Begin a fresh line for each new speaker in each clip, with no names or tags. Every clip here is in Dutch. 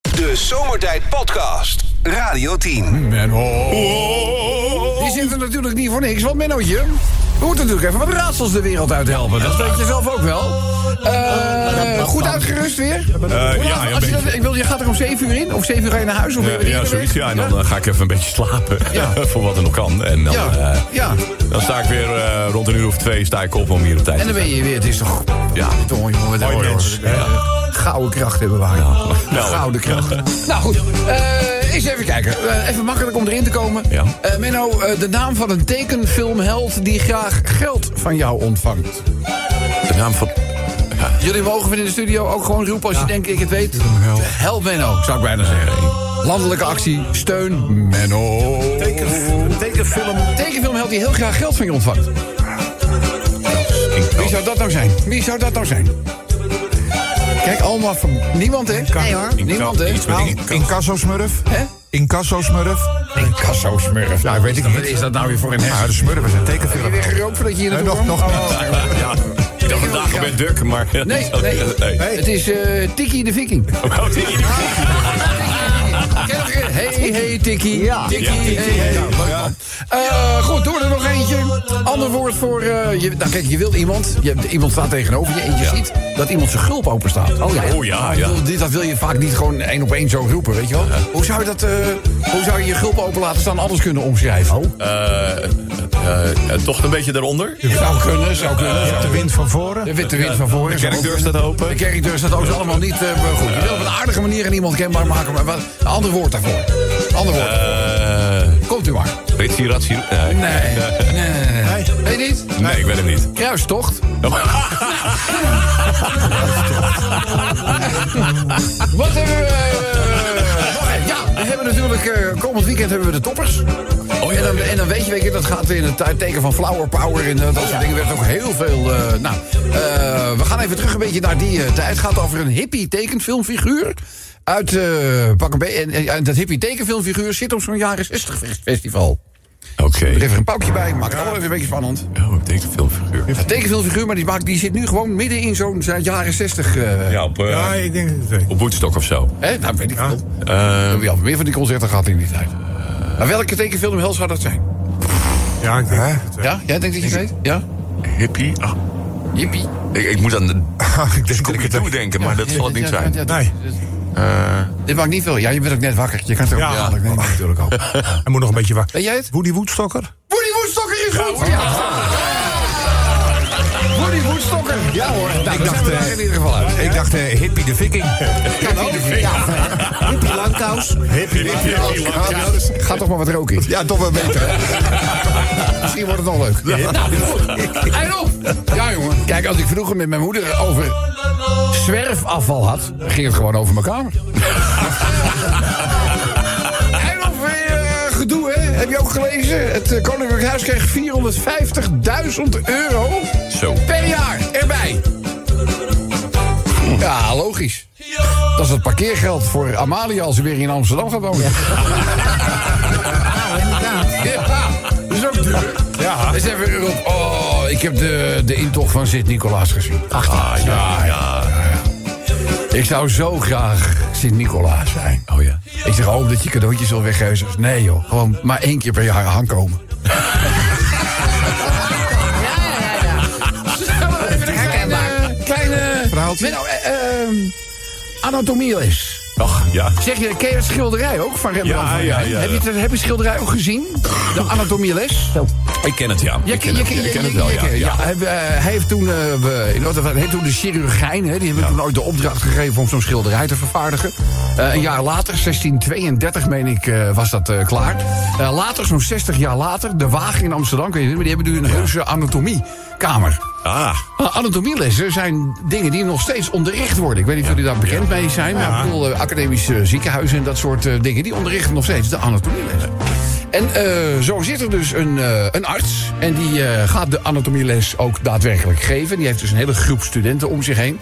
De Zomertijd Podcast. Radio 10.
Menno.
Die zit er natuurlijk niet voor niks, want Mennootje... We moeten natuurlijk even wat raadsels de wereld uithelpen. Dat weet je zelf ook wel. Eh, goed uitgerust weer? Hoe laat-
ja, een
als je, dat-
beetje.
ik wil, je gaat er om 7 uur in? Of 7 uur ga je naar huis? Of ben
Ja,
je
ja,
eerder
zoiets.
weg?
Ja, en dan eh, ga ik even een beetje slapen.
Ja.
voor wat er nog kan. En dan,
Ja,
eh,
ja.
dan sta ik weer eh, rond een uur of twee sta ik op om hier op tijd
En dan ben je weer. Het is toch...
Ja.
Toch, jongen, wat
Mooi
hoor,
mens.
hoor.
Ja.
Gouden kracht hebben wij.
Nou.
Gouden kracht. nou goed, eh, eens even kijken. Eh, even makkelijk om erin te komen.
Ja.
Eh, Menno, eh, de naam van een tekenfilmheld die graag geld van jou ontvangt.
De naam van...
Jullie mogen weer in de studio ook gewoon roepen als je denkt ik het weet. Help Menno, zou ik bijna zeggen. Landelijke actie, steun Menno.
Teken- Tekenfilm.
Tekenfilmheld die heel graag geld van je ontvangt. Wie zou dat nou zijn? Wie zou dat nou zijn? Kijk, allemaal van... Niemand, hè?
Nee hoor.
Niemand, hè?
Iets met
Nou,
Oh.
in-
Incasso-smurf.
Hè?
Incasso-smurf.
Incasso-smurf.
Ja, weet ik
Wat
niet.
is dat nou weer voor een
Ja,
hersen?
de smurf is een
Heb je
tekenfilm.
weer gerookt voordat je hier
Nee,
naartoe
nog,
kwam?
nog
Oh,
niet.
Ja. Ik dacht vandaag al ben Duk, maar...
Nee, nee. Het is eh, Tiki de Viking.
Oh, die-
Ken nog een- Hey, hey, Tikkie.
Ja.
Tikkie,
Ja, Tikkie,
hey, hey. Ja, leuk man. Eh, goed, door er nog eentje. Ander woord voor... eh, je, nou kijk, je wilt iemand. Je, hebt- iemand staat tegenover je en je ziet dat iemand zijn gulp open staat. Oh
ja. Oh, ja,
Ik
ja.
bedoel, dit, dat wil je vaak niet gewoon één op één zo roepen, weet je wel. Hoe zou je dat... eh, hoe zou je je gulp open laten staan anders kunnen omschrijven?
Eh, eh, eh, toch een beetje daaronder?
Zou kunnen, zou kunnen. zou
De
kunnen.
wind van voren.
de witte wind van voren.
Eh, De dus. kerkdeur staat
De
open.
kerkdeur staat ook allemaal niet eh, goed. Je wil op een aardige manier aan iemand kenbaar maken, maar wat, een ander woord daarvoor. Ander woord.
Eh
Komt u maar.
Ritsi, Ratsi... Nee.
Nee, nee, nee. nee. Weet je niet?
Nee, ik ben het niet.
Kruistocht. Wat hebben we... eh, ja, we hebben natuurlijk... eh, komend weekend hebben we de toppers.
Oh, ja,
en, dan,
ja.
en dan weet je, weet je, dat gaat weer in het te- teken van flower power. En eh, dat soort dingen werd ook heel veel... eh, nou, eh, we gaan even terug een beetje naar die eh, tijd. Het gaat over een hippie tekenfilmfiguur. Uit, eh, pak een be- en, en- en dat hippie tekenfilmfiguur zit op zo'n jaren 60 festival.
Oké.
Er even een paukje bij, maakt het allemaal even een beetje spannend.
Oh, ik denk filmfiguur.
Een tekenfilmfiguur, maar die, maakt, die zit nu gewoon midden in zo'n eh, jaren 60. eh
Ja, op, eh,
Ja, ik denk het wel.
op Woodstock of zo.
Hè? Nou, weet ik veel.
Eh,
Heb je al meer van die concerten gehad in die tijd? Maar welke tekenfilmheld zou dat zijn?
Ja, ik denk het wel.
Ja? Jij denkt dat je het weet? Ja?
hippie? Ah,
Jippie.
ik, ik moet aan de
Ik denk dat ik het
Scooby-Doo
wel.
denken, maar dat
Ja,
zal het
ja,
niet
ja,
zijn. Eh.
ja, ja.
Nee,
Dit maakt niet veel. Ja, je bent ook net wakker. Je kan het ook
Ja.
niet dadelijk nemen natuurlijk ook.
hij moet nog een beetje wachten.
Weet jij het? Nou,
Woody Woodstocker?
Woody Woodstocker is goed! Woody Woodstocker! Ja hoor, nou, ik dacht
dacht, eh,
in ieder geval uit.
Ik dacht eh, Hippie de Viking.
Hippie langkous.
Hippie
Ga toch maar wat roken in.
Ja, toch wel beter. hè?
Misschien wordt het nog leuk. Nou, goed. En op. Ja, jongen. Kijk, als ik vroeger met mijn moeder over zwerfafval had, ging het gewoon over mijn kamer. En op weer, eh, gedoe, hè? Heb je ook gelezen? Het eh, Koninklijk Huis kreeg 450.000 euro
Zo.
per jaar erbij. Ja, logisch. Dat is het parkeergeld voor Amalia als ze weer in Amsterdam gaat wonen.
Nou, inderdaad.
Ja, dat is ook duur.
Ja.
Dat is even Europa. Oh, ik heb de, de intocht van Sint-Nicolaas gezien. Ach,
Ah,
ja, ja, ja, ja. Ik zou zo graag Sint-Nicolaas zijn.
Oh ja.
Ik zeg, oh, dat je cadeautjes wil weggeven. Nee joh, gewoon maar één keer per jaar aankomen. Herkenbaar. Kleine...
Verhaaltje?
Menno, eh, ehm, Anatomieles.
Ach, ja.
Zeg je, ken je het schilderij ook van Rembrandt?
Ja,
van
ja,
Rijn?
ja,
Heb, je het, heb je het schilderij ook gezien? De anatomieles?
Ik ken het, ja. Ik ken het, ja. Ik ken het wel, ja.
ja.
ja.
Hij, eh, hij heeft toen, eh, we- in Rotterdam- hij heeft toen de chirurgijn, hè, die hebben toen ooit de opdracht gegeven om zo'n schilderij te vervaardigen. Eh, een jaar later, 1632 meen ik, eh, was dat eh, klaar. Eh, later, zo'n 60 jaar later, de Wagen in Amsterdam, kun je maar die hebben nu een heuse anatomiekamer.
Ah,
Nou, Anatomielessen zijn dingen die nog steeds onderricht worden. Ik weet niet of jullie daar bekend mee zijn. Maar ik bedoel, eh, academische ziekenhuizen en dat soort eh, dingen... die onderrichten nog steeds de anatomieles. En eh, zo zit er dus een, eh, een arts. En die eh, gaat de anatomieles ook daadwerkelijk geven. Die heeft dus een hele groep studenten om zich heen.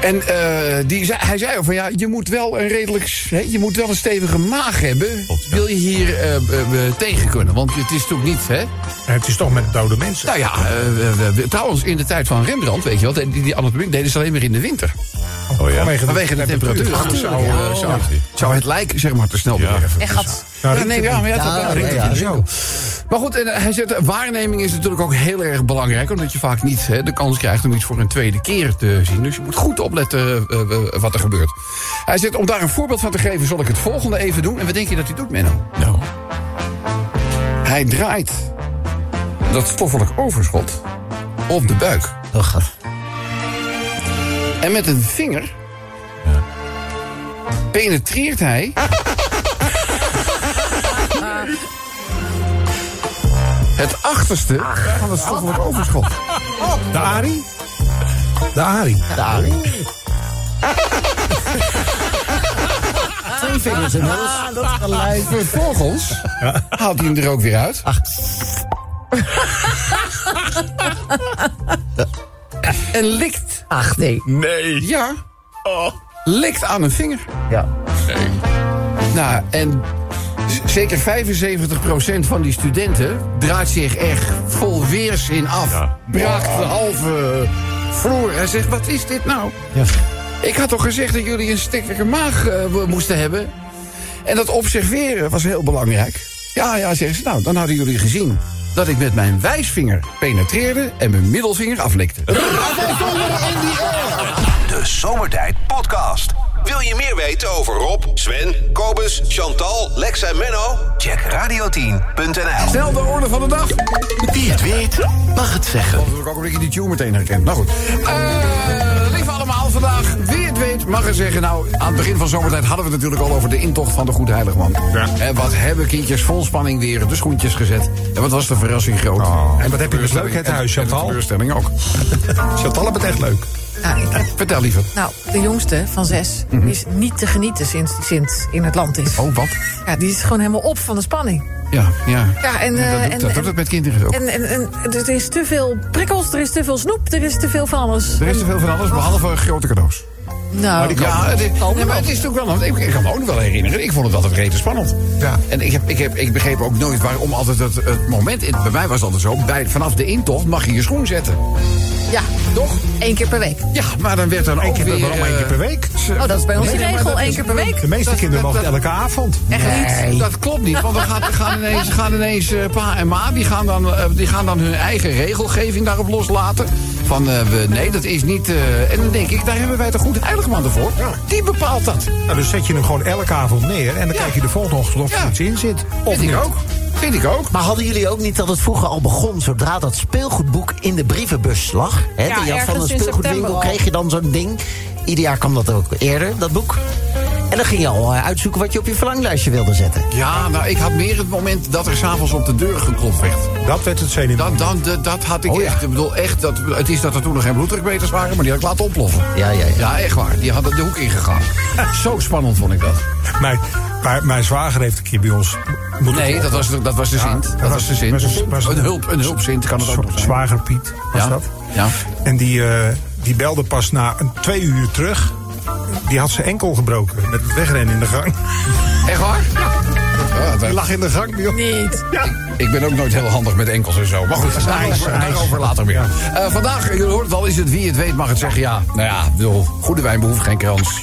En eh, die, zei- hij zei ook van ja, je moet wel een redelijk, s- hè, je moet wel een stevige maag hebben.
Klopt, ja.
Wil je hier eh, eh, eh, tegen kunnen? Want het is natuurlijk niet, hè?
Het is toch met dode mensen.
Nou ja, eh, we- we- we- trouwens, in de tijd van Rembrandt, weet je wel, die, die anatomie deden ze alleen maar in de winter.
Oh ja.
Vanwege de,
Vanwege de temperatuur. Anders zou, eh, zou, zou het lijk zeg maar, te snel
Ja.
bederven.
Echt gat.
Ja, nee, ja, maar ja, dat-
Ja,
dat-
nee,
dat-
ja,
dat-
zo.
Maar goed, en, eh, hij zegt, eh, waarneming is natuurlijk ook heel erg belangrijk. Omdat je vaak niet hè, de kans krijgt om iets voor een tweede keer te zien. Dus je moet goed opletten eh, eh, eh, wat er gebeurt. Hij zegt, om daar een voorbeeld van te geven, zal ik het volgende even doen. En wat denk je dat hij doet, Menno?
Nou,
Hij draait dat stoffelijk overschot op de buik.
Oh, gat.
En met een vinger penetreert hij. het achterste van het stoffelijk overschot.
De Ari? De Ari.
Daar. Twee vingers in alles. Dat geluid.
Vervolgens haalt hij hem er ook weer uit. En likt,
Ach, nee.
nee.
ja, likt aan een vinger.
Ja.
Nou, en z- zeker 75% van die studenten draait zich echt vol weerzin af.
Ja.
Braakt de halve vloer. Hij zegt, wat is dit nou? Ik had toch gezegd dat jullie een stikkelijke maag eh, mo- moesten hebben? En dat observeren was heel belangrijk. Ja, ja, zeggen ze, nou, dan hadden jullie gezien... dat ik met mijn wijsvinger penetreerde en mijn middelvinger aflikte.
De Zomertijd Podcast. Wil je meer weten over Rob, Sven, Kobus, Chantal, Lex en Menno? Check radio10.nl.
Snel de orde van de dag.
Wie het weet, mag het zeggen.
Dan heb ik ook een beetje die tune meteen herkend. Nou goed. Eh, lieve allemaal, vandaag, wie het weet, mag er zeggen. Nou, aan het begin van zomertijd hadden we het natuurlijk al over de intocht van de Goede Heiligman. En wat hebben kindjes vol spanning weer de schoentjes gezet. En wat was de verrassing groot.
En wat heb je dus leuk, het
En- en
huis,
De
Chantal?
teleurstelling ook.
Chantal heeft het echt leuk.
Nou, ik heb-
Vertel liever.
nou, de jongste van zes die is niet te genieten sinds die Sint in het land is.
Mhm. Oh, wat?
Ja, die is gewoon helemaal op van de spanning.
Ja, ja.
Ja, en,
dat
eh,
doet,
en-
dat doet
en-
het met kinderen ook.
En, en, en er is te veel prikkels, er is te veel snoep, er is te veel van alles.
er is te veel van alles, behalve grote cadeaus.
Nou,
Ja, het is,
Komen
nee, maar het is natuurlijk wel. want Ik, ik kan me ook nog wel herinneren. Ik vond het altijd rete spannend.
Ja.
En ik, heb, ik, heb, ik begreep ook nooit waarom altijd het, het moment. in- bij mij was het altijd zo. Bij, vanaf de intocht mag je je schoen zetten.
ja,
Toch?
één keer per week.
Ja, maar dan werd dan ook
keer per-
weer...
waarom één
eh,
keer per week?
ze-
Oh, dat is bij ons de
Nee, maar
regel,
dat
één
is-
keer per week.
De meeste
Dat-
kinderen
dat-
mogen
dat-
elke avond.
Echt niet.
Dat klopt niet, want dan gaat, gaan ineens, gaan ineens eh, pa en ma... Die gaan, dan, eh, die gaan dan hun eigen regelgeving daarop loslaten. Van, eh, we, nee, dat is niet... eh, en dan denk ik, daar hebben wij toch goed heiligman ervoor? Die bepaalt dat.
Nou, dus zet je hem gewoon elke avond neer en dan
Ja.
kijk je de volgende ochtend of er
Ja.
iets in zit. Of
Vind ik
niet.
ook. Vind ik ook.
Maar hadden jullie ook niet dat het vroeger al begon, zodra dat speelgoedboek in de brievenbus lag? Hè,
Ja,
die had van
ergens
een
in
speelgoedwinkel
september al.
kreeg je dan zo'n ding. Ieder jaar kwam dat ook eerder, dat boek. En dan ging je al eh, uitzoeken wat je op je verlanglijstje wilde zetten.
Ja, nou, ik had meer het moment dat er s'avonds op de deur geklopt werd.
Dat werd het zenuwachtig.
Dan, dan, dat, dat had ik
Oh ja.
echt. Ik bedoel, echt dat, het is dat er toen nog geen bloeddrukmeters waren, maar die had ik laten oploffen.
Ja, ja, ja.
Ja, echt waar. Die hadden de hoek ingegaan. Zo spannend vond ik dat.
Mijn, mijn, mijn zwager heeft een keer bij ons moeten
Nee, dat was, de- dat was de Sint. dat was de Sint.
was een- was een-
een, hulp, een hulpzint kan het ook nog zijn.
Zwager Piet was
Ja,
dat.
ja.
En die, eh, die belde pas na een twee uur terug. Die had zijn enkel gebroken met het wegrennen in de gang.
Echt waar? Ja,
Die
dat-
lag in de gang. joh.
Niet.
ik ben ook nooit heel handig met enkels en zo. Maar goed, daarover, daarover later weer. Eh, vandaag, jullie hoort het al, is het wie het weet mag het zeggen. Ja, nou ja, ik bedoel, goede wijn behoeft geen krans.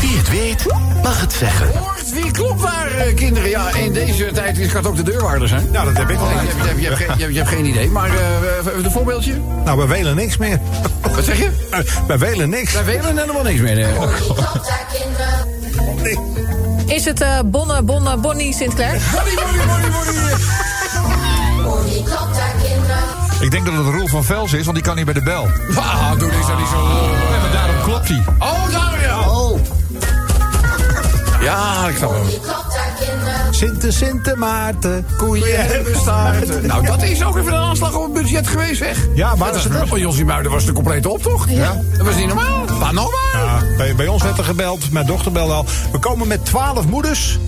Wie het weet, mag het zeggen.
Hoort, wie klopt daar, eh, kinderen? Ja, in deze tijd kan het ook de deurwaarder zijn.
Nou, dat heb ik al.
Je hebt, je, hebt, je, hebt geen, je, hebt, je hebt geen idee, maar eh, even een voorbeeldje.
Nou, we welen niks meer.
Wat zeg je?
We welen niks.
Wij weten helemaal niks meer. nee.
Nee.
Is het eh, Bonne, Bonne, Bonnie, Sint-Clair?
Ik denk dat het Roel van Vels is, want die kan niet bij de bel.
Ah, doe deze niet zo.
En daarom klopt hij.
Oh, daar ja.
Oh,
Ja, ik snap hem.
Sinte, Sinte Maarten, koeien hebben
Staarten. Nou, dat is ook even een aanslag op het budget geweest, zeg.
Ja, maar
dat
dat
is
is
het. Oh, Jossie Muiden was de complete optocht. Ja. Dat was niet normaal. Panoma.
Ja, bij, bij ons werd er gebeld, mijn dochter belde al. We komen met twaalf moeders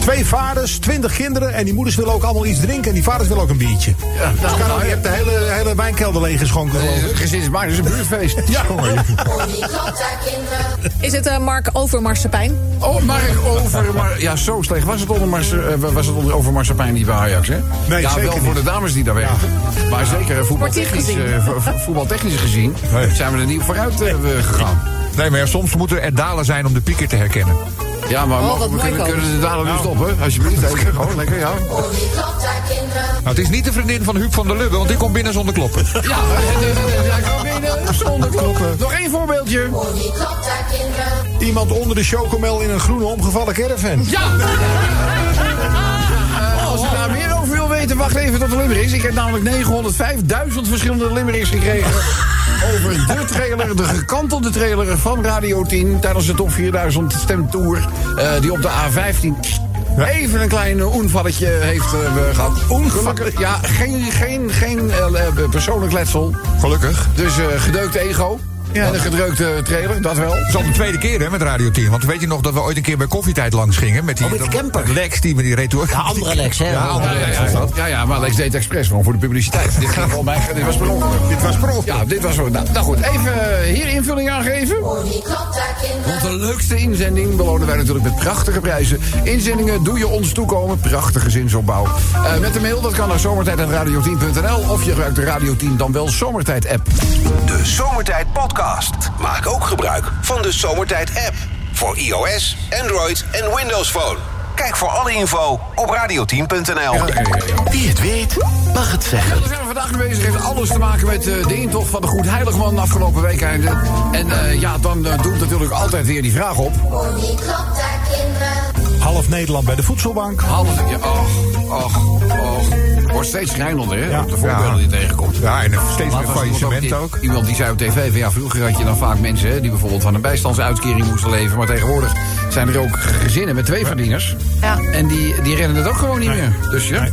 Twee vaders, twintig kinderen en die moeders willen ook allemaal iets drinken. En die vaders willen ook een biertje.
Ja,
dus
nou,
Karel,
nou,
je
ja.
hebt de hele, hele wijnkelder leeggeschonken
Eh,
geloof ik.
Gezinsmaak is een buurtfeest.
Ja,
Is het eh, Mark over Marsepijn?
Oh, Mark over. Mar- ja, zo slecht was het onder, Mars, eh, was het onder over Marsepijn niet bij Ajax, hè?
Nee,
ja,
zeker
wel voor
niet.
de dames die daar werken. Maar zeker eh, voetbaltechnisch
Sportief gezien.
eh, vo- vo- voetbaltechnisch gezien
Nee.
zijn we er niet op vooruit eh, we gegaan.
Nee, maar ja, soms moeten er dalen zijn om de pieker te herkennen. Nou,
Ja, maar mogen
Oh, wat
we
mooi
kunnen,
komen.
kunnen ze daar nu stoppen, alsjeblieft. Even, gewoon lekker, ja.
Nou, het is niet de vriendin van Huub van der Lubbe, want die komt binnen zonder kloppen.
Ja, eh, hij kan binnen zonder kloppen. Nog één voorbeeldje.
iemand onder de chocomel in een groene omgevallen caravan.
Ja! Eh, als u daar meer over wil weten, wacht even tot de limericks. Ik heb namelijk 905.000 verschillende limericks gekregen. Over de trailer, de gekantelde trailer van Radio 10 tijdens de Top 4000 stemtour. eh, die op de A15 even een klein eh, oenvalletje heeft eh, gehad. Oenvalletje? Ja, geen, geen, geen eh, eh, persoonlijk letsel.
Gelukkig.
Dus eh gedeukt ego. En een gedreukte trailer, dat wel.
Het is al de tweede keer hè, met Radio 10. Want weet je nog dat we ooit een keer bij koffietijd langs gingen? Met die,
Oh, met die camper.
Lex die met die reed
Ja, andere Lex, hè?
Ja, andere
Oh, Ja,
Lex
ja,
was
ja,
dat.
ja, ja, maar Lex deed het expres gewoon voor de publiciteit. dit, ging wel mij, dit was per ongeluk.
Dit was prof.
Ja, dit was zo. Nou, nou goed, even eh, hier invulling aangeven. Want de leukste inzending belonen wij natuurlijk met prachtige prijzen. Inzendingen doe je ons toekomen. Prachtige zinsopbouw. Eh, met de mail, dat kan naar zomertijd.radio10.nl. Of je gebruikt de Radio 10 dan wel Zomertijd-app.
De Zomertijd Podcast. Maak ook gebruik van de Zomertijd app. Voor iOS, Android en Windows Phone. Kijk voor alle info op radio10.nl.
Wie het weet, mag het zeggen.
We zijn vandaag mee bezig. Heeft alles te maken met eh, de intocht van de Goed Heiligman afgelopen week. einde. En eh, ja, dan eh, doet natuurlijk altijd weer die vraag op.
Half Nederland bij de voedselbank.
Half, ja, och, och, och. Wordt steeds schrijnender, hè?
Ja.
op de voorbeelden die je tegenkomt.
Ja, en steeds meer
Laat was iemand
faillissement
die-
ook.
Iemand die zei op tv van ja, vroeger had je dan vaak mensen hè, die bijvoorbeeld van een bijstandsuitkering moesten leven. Maar tegenwoordig zijn er ook gezinnen met twee verdieners.
Ja.
En die, die redden het ook gewoon niet meer. Dus ja.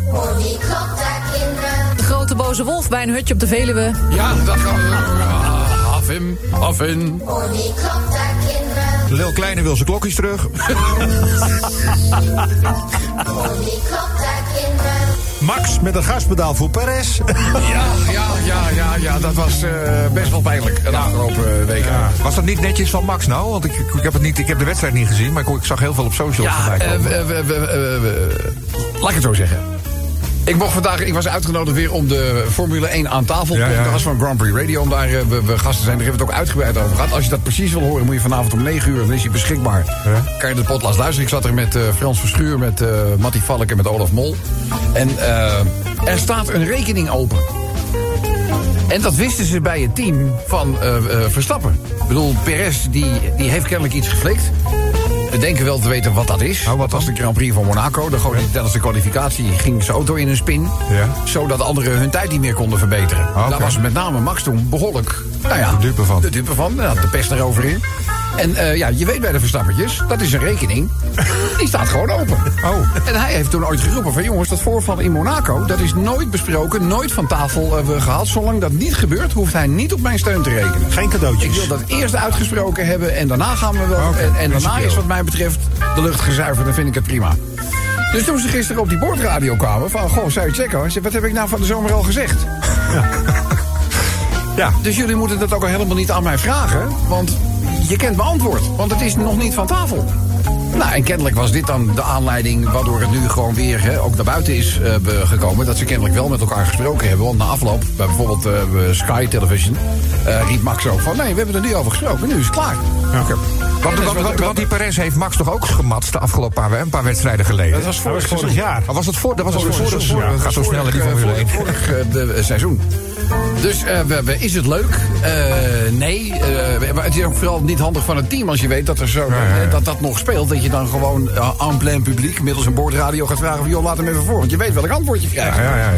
De grote boze wolf bij een hutje op de Veluwe.
Ja, dat kan. Ah, Af hem, af hem.
Lil Kleine wil zijn klokjes terug.
Max met een gaspedaal voor Perez.
Ja, ja, ja, ja, ja. Dat was eh, best wel pijnlijk eh, de afgelopen weken.
Was dat niet netjes van Max nou? Want ik, ik, ik heb, het niet, ik heb de wedstrijd niet gezien, maar ik, ik zag heel veel op social voorbij
eh,
ehm,
komen.
we- we- we- we- we- laat ik het zo zeggen. Ik, mocht vandaag, ik was uitgenodigd weer om de Formule 1 aan tafel te
Ja, ja.
Dat was van Grand Prix Radio, om daar eh, we, we gasten zijn. Daar hebben we het ook uitgebreid over gehad. Als je dat precies wil horen, moet je vanavond om 9 uur, dan is hij beschikbaar. Kan je de podcast luisteren. Ik zat er met eh, Frans Verschuur, met eh Matty Valk en met Olaf Mol. En eh, er staat een rekening open. En dat wisten ze bij het team van eh, eh, Verstappen. Ik bedoel, Perez die, die heeft kennelijk iets geflikt. We denken wel te weten Nou, wat dat is.
wat
dat was de Grand Prix van Monaco. Dan gooide hij tijdens de kwalificatie ging zijn auto in een spin.
Ja.
Zodat anderen hun tijd niet meer konden verbeteren.
oké.
Daar was met name Max toen behoorlijk... Nou ja,
De dupe van.
De Ah, dupe van, daar had de pest erover in. En eh, ja, je weet bij de Verstappertjes, dat is een rekening. Die staat gewoon open.
Oh.
En hij heeft toen ooit geroepen van jongens, dat voorval in Monaco... dat is nooit besproken, nooit van tafel hebben gehaald. Zolang dat niet gebeurt, hoeft hij niet op mijn steun te rekenen.
Geen
Ik
cadeautjes.
wil dat eerst uitgesproken hebben en daarna gaan we wel. en en daarna is wat mij betreft de lucht gezuiverd, dan vind ik het prima. Dus toen ze gisteren op die boordradio kwamen van... Goh, zou je checken? hoor?" Ik zei, wat heb ik nou van de zomer al gezegd?
Ja.
Dus jullie moeten dat ook al helemaal niet aan mij vragen. Want je kent mijn antwoord. Want het is nog niet van tafel. Nou, en kennelijk was dit dan de aanleiding waardoor het nu gewoon weer hè, ook naar buiten is eh, be- gekomen. Dat ze kennelijk wel met elkaar gesproken hebben. Want na afloop, bij bijvoorbeeld eh, bij Sky Television, eh, riep Max ook van... Nee, we hebben er nu over gesproken. Nu is het klaar. Oké.
Want,
Dat is
want-
wat-
want- want die Perez heeft Max toch ook gematst de afgelopen paar, een paar wedstrijden geleden?
Dat was vorig,
vorig
seizoen.
jaar.
Maar Oh, was dat voor? Dat was
Vorig,
het voor,
vorig,
seizoen.
vorig,
gaat zo snel in die
vorig,
Formule
eh,
1.
vorig, eh, de, eh, seizoen. Dus eh, we, we- is het leuk? Eh, nee. eh, maar het is ook vooral niet handig van het team als je weet dat er zo, eh, Dat, dat nog speelt. Dat je dan gewoon eh, en plein publiek middels een boordradio gaat vragen van... joh, laat hem even voor, want je weet welk antwoord je krijgt.
Ja, ja, ja.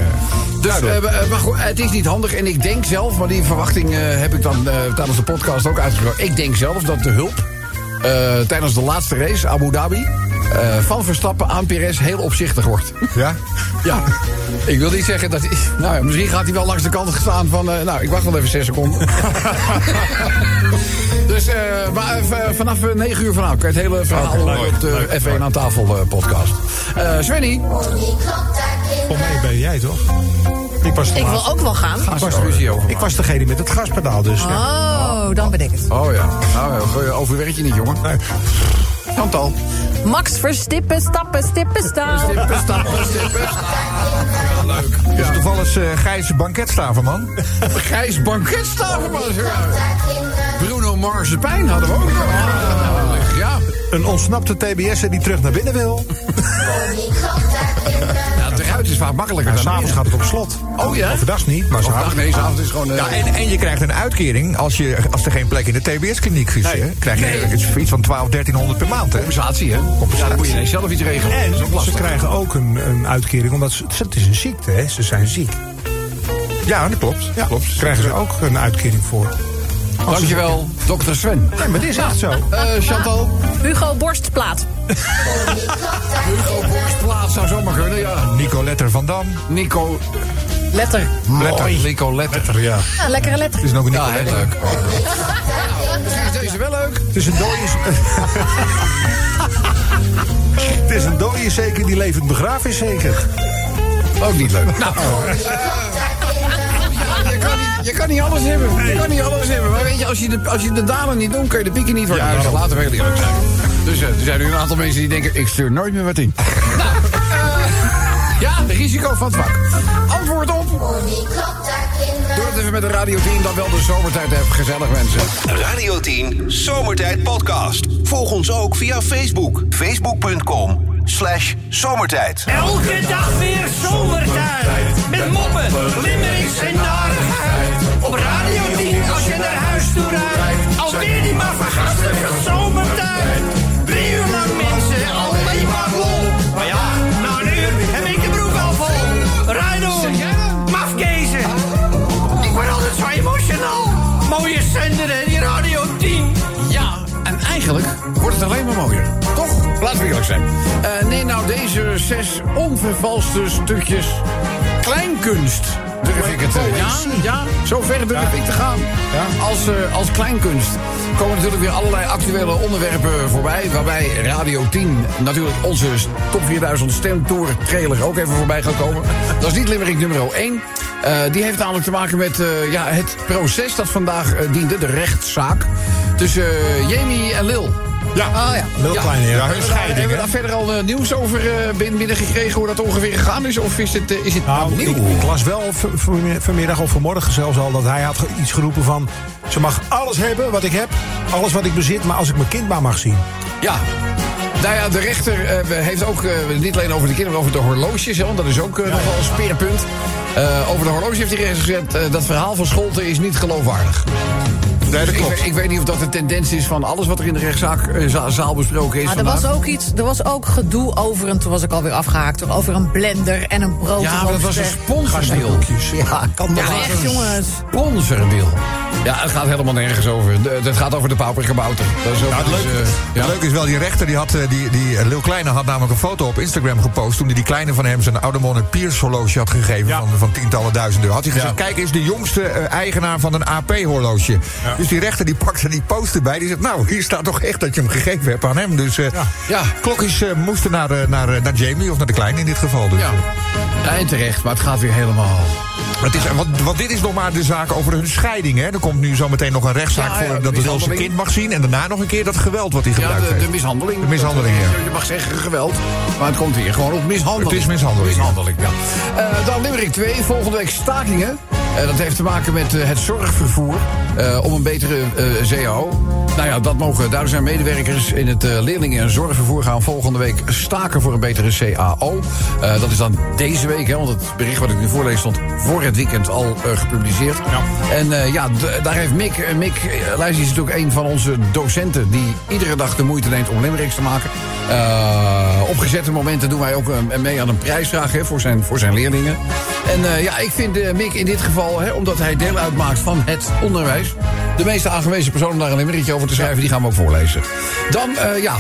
Dus, eh, maar- maar goed, het is niet handig. En ik denk zelf, maar die verwachting eh, heb ik dan eh, tijdens de podcast ook uitgesproken. Ik denk zelf dat de hulp eh, tijdens de laatste race, Abu Dhabi... eh, van Verstappen aan Perez heel opzichtig wordt.
Ja?
Ja, ik wil niet zeggen dat hij... Nou ja, misschien gaat hij wel langs de kant staan van... eh, nou, ik wacht wel even zes seconden. dus eh, maar, eh, v- vanaf eh, negen uur vanavond kan je het hele verhaal horen op de F1 aan tafel eh, podcast. Eh Svenny,
Ah,
Volgens mij ben jij toch? Ik was de
Ik wil
laatste.
ook wel gaan.
Ik was,
ruzie over
ik was degene met het gaspedaal, dus. ja.
Oh, dan ben ik het.
Oh ja, nou, ja, overwerk je niet, jongen.
Nee.
Chantal.
Max Verstippen, stappen, stippen, staan.
Stippen, stappen, stippen.
Dus toevallig is eh, Gijs banketstaverman.
Gijs Banketstaverman. Bruno Marsepijn hadden we ook. Ja,
Een ontsnapte TBS'er die terug naar binnen wil.
ja, eruit is vaak makkelijker
En
dan
s'avonds gaat het op slot.
Oh ja?
Overdag niet, maar
Of,
s'avonds.
ach nee, s'avonds is gewoon... eh,
Ja, en, en je krijgt een uitkering als, je, als er geen plek in de TBS-kliniek is. hè? Krijg je eh, iets van 12, 1300 per maand. Hè?
Compensatie, hè? Ja, dan moet je ineens zelf iets regelen.
En
Dat is ook
ze
lastig.
krijgen ook een, een uitkering, omdat ze, het is een ziekte, hè? ze zijn ziek.
Ja, dat klopt.
Ja,
klopt.
krijgen ze ook een uitkering voor.
Dankjewel, dokter Sven.
Nee, maar dit is echt zo.
Eh Chantal,
Hugo Borstplaat.
Hugo Borstplaat zou zomaar kunnen, ja.
Nicolette van Dam. Het
Nico
Letter.
Letter. Nico Letter.
Ja.
Ja, lekkere letter.
is nog een
Ja, heel
Nicolette.
leuk. Is deze wel leuk?
Het is een dode... Het is een dode zeker die levend begraaf is zeker.
Ook niet leuk. Nou. Je kan, niet, je kan niet alles hebben. Je kan niet alles hebben. Maar weet je, als je de, als je de dalen niet doet, kun je de pieken niet worden. Ja, laten we heel eerlijk zijn. Dus eh, er zijn nu een aantal mensen die denken, ik stuur nooit meer wat in. nou, eh, ja, risico van het vak. Antwoord op. Doe het even met de Radio 10, dan wel de zomertijd heb. Gezellig mensen.
Radio 10 Zomertijd Podcast. Volg ons ook via Facebook. Facebook.com slash zomertijd.
Elke dag weer zomertijd. Met moppen, limmerings en narigheid. Op Radio 10 als je naar huis toe rijdt. Alweer die maar vergastige zomertijd. Drie uur lang mensen, alleen maar lol. Maar ja, na een uur heb ik de broek al vol. Rijd om, mafkezen. Ik word altijd zo emotional. Mooie zender hè, die Radio 10.
Ja, en eigenlijk wordt het alleen maar mooier. Toch? Laten we eerlijk zijn. Eh nee, nou deze zes onvervalste stukjes kleinkunst. Durf ik het eh, Ja, ja, zo ver durf ik te gaan. Als, eh, als kleinkunst komen natuurlijk weer allerlei actuele onderwerpen voorbij. Waarbij Radio 10 natuurlijk onze top 4000 stemtour trailer ook even voorbij gaat komen. Dat is niet limerick nummer 1. Eh, die heeft namelijk te maken met eh, ja, het proces dat vandaag eh, diende, de rechtszaak. Tussen eh, Jamie en Lil. Ja, ah, ja.
Lil Kleine, ja. Hun
Hebben we daar-
scheiding,
Hebben we
hè?
daar verder al eh, nieuws over eh, bin- binnengekregen hoe dat ongeveer gegaan is? Of is het, eh, is het nou,
Nou, ik,
nieuw?
ik las wel v- vanmi- vanmiddag of vanmorgen zelfs al dat hij had ge- iets geroepen van... ze mag alles hebben wat ik heb, alles wat ik bezit, maar als ik mijn kind maar mag zien.
Ja. Nou ja, de rechter eh, heeft ook eh, niet alleen over de kinderen, maar over de horloges. Hè, want dat is ook eh, nogal een speerpunt. Eh, over de horloge heeft hij rechts gezet. eh, dat verhaal van Scholten is niet geloofwaardig.
Nee, dat
Ik,
klopt.
weet- ik weet niet of dat de tendens is van alles wat er in de rechtszaak eh, za- zaal besproken is.
Maar er
vandaag.
was ook iets, er was ook gedoe over een, toen was ik alweer afgehaakt, hoor, over een blender en een brood.
ja, maar dat was een sponsordeal.
Ja, kan nog
Ja,
wel.
echt jongens.
sponsordeal. Ja, het gaat helemaal nergens over. De- Het gaat over de paupergebouwter. Dat is ook
Nou, het,
dus,
leuke,
eh, ja.
het leuke is wel, die rechter, die had, eh, die, die eh, Lil Kleine had namelijk een foto op Instagram gepost... toen hij die kleine van hem zijn oude Monne Piers horloge had gegeven van, van tientallen duizend euro. Had hij gezegd, kijk eens, de jongste eh, eigenaar van een AP-horloge. Dus die rechter die pakte die post erbij. Die zegt, nou, hier staat toch echt dat je hem gegeven hebt aan hem. Dus eh
Ja.
klokjes eh, moesten naar, eh, naar, eh, naar Jamie of naar de kleine in dit geval. Dus.
Ja. Ja, en terecht, maar het gaat weer helemaal.
Het is, want, want dit is nog maar de zaak over hun scheiding. Hè? Er komt nu zometeen nog een rechtszaak
Ja, ja,
voor
de
dat het wel zijn
mishandeling.
kind mag zien. En daarna nog een keer dat geweld wat hij
Ja,
gebruikt
de, de
heeft.
mishandeling. eh,
De mishandeling, ja.
Je mag zeggen geweld, maar het komt hier gewoon op mishandeling.
Het is mishandeling, ja.
Mishandeling, ja. Eh, dan Limerick 2, volgende week stakingen. Eh, dat heeft te maken met eh, het zorgvervoer eh, om een betere eh, CAO. Nou ja, dat mogen duidelijk zijn. Medewerkers in het eh, leerlingen- en zorgvervoer gaan volgende week staken voor een betere CAO. Eh, dat is dan deze week, hè, want het bericht wat ik nu voorlees stond voor het weekend al eh, gepubliceerd. En eh, ja, d- daar heeft Mick, eh, Mick eh, Lijs is natuurlijk een van onze docenten die iedere dag de moeite neemt om limericks te maken. Eh, op gezette momenten doen wij ook eh, mee aan een prijsvraag hè, voor, zijn, voor zijn leerlingen. En eh, ja, ik vind eh, Mick in dit geval, hè, omdat hij deel uitmaakt van het onderwijs, de meeste aangewezen persoon om daar een limerickje over te schrijven, die gaan we ook voorlezen. Dan, eh, ja,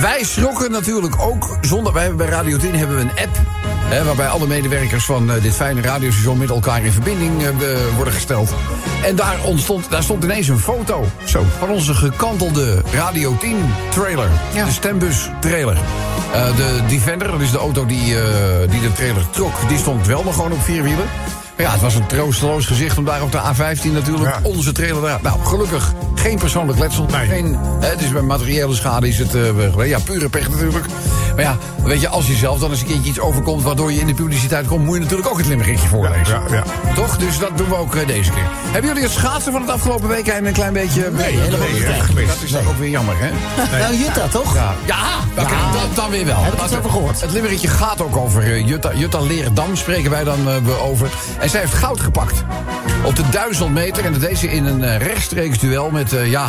Wij schrokken natuurlijk ook zonder. Wij hebben bij Radio 10 hebben we een app. Hè, waarbij alle medewerkers van eh, dit fijne radiostation met elkaar in verbinding eh, be- worden gesteld. En daar, ontstond, daar stond ineens een foto Zo. van onze gekantelde Radio 10 trailer.
Ja.
De stembus trailer. Eh, de Defender, dat is de auto die, eh, die de trailer trok, die stond wel nog gewoon op vier wielen. Maar ja, het was een troosteloos gezicht om daar op de A15 natuurlijk
Ja.
onze trailer daar. Nou, gelukkig geen persoonlijk letsel.
Nee.
Geen, hè, het is bij materiële schade is het eh, wel- ja, pure pech natuurlijk. Maar ja, weet je, als je zelf dan eens een keertje iets overkomt... waardoor je in de publiciteit komt, moet je natuurlijk ook het limmerikje voorlezen.
Ja, ja,
Toch? Dus dat doen we ook eh, deze keer. Hebben jullie het schaatsen van het afgelopen week een klein beetje... Nee,
helemaal niet echt
Dat is dan ook weer jammer, hè?
Nou, Jutta, toch?
Ja, ja, oké, dat dan weer wel.
Heb ik iets over gehoord?
Het limmeretje gaat ook over eh, Jutta, Jutta Leerdam, spreken wij dan eh, we over. En zij heeft goud gepakt. Op de 1000 meter. En dat deed ze in een eh, rechtstreeks duel met, eh, ja...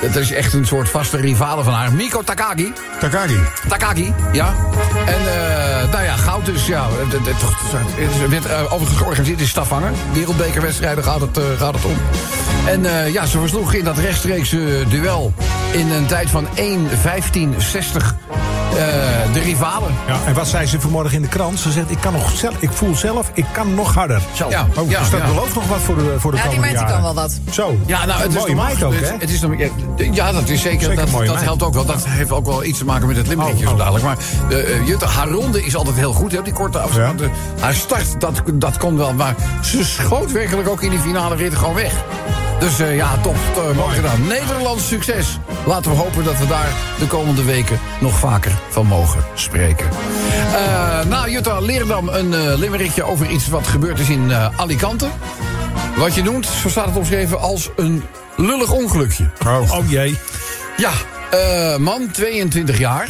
Dat is echt een soort vaste rivale van haar. Miko Takagi.
Takagi.
Takagi, ja. En eh, nou ja, goud dus. Ja, het, het, het- het werd eh, overigens georganiseerd in Stavanger. Wereldbekerwedstrijden gaat het, eh, gaat het om. En eh, ja, ze versloeg in dat rechtstreekse duel in een tijd van 1.15.60 eh, de rivalen.
Ja, en wat zei ze vanmorgen in de krant? Ze zegt, ik, kan nog zelf, ik voel zelf, ik kan nog harder. Zo.
Ja,
oh,
ja,
dus dat
ja.
belooft nog wat voor de, voor de
Ja, die
komende
meid
jaren.
die kan wel wat.
Zo.
Ja, nou, het is
mooie
toch-
meid ook,
het-
hè?
Het is nog, ja, d- ja, dat is zeker.
Zeker een
dat
mooie
dat
meid.
helpt ook wel. Dat heeft ook wel iets te maken met het limmeretje
Oh,
zo
oh.
dadelijk. Maar eh, eh, Jutta, haar ronde is altijd heel goed, hè, die korte afstand. Eh, Haar start, dat, dat kon wel. Maar ze schoot werkelijk ook in die finale rit gewoon weg. Dus eh, ja, top. eh, mooi gedaan. Nederlands succes. Laten we hopen dat we daar de komende weken nog vaker van mogen spreken. Eh, nou, Jutta, leer dan een eh limmerikje over iets wat gebeurd is in eh, Alicante. Wat je noemt, zo staat het omschreven, als een lullig ongelukje.
Oh jee.
Ja, eh, man, 22 jaar.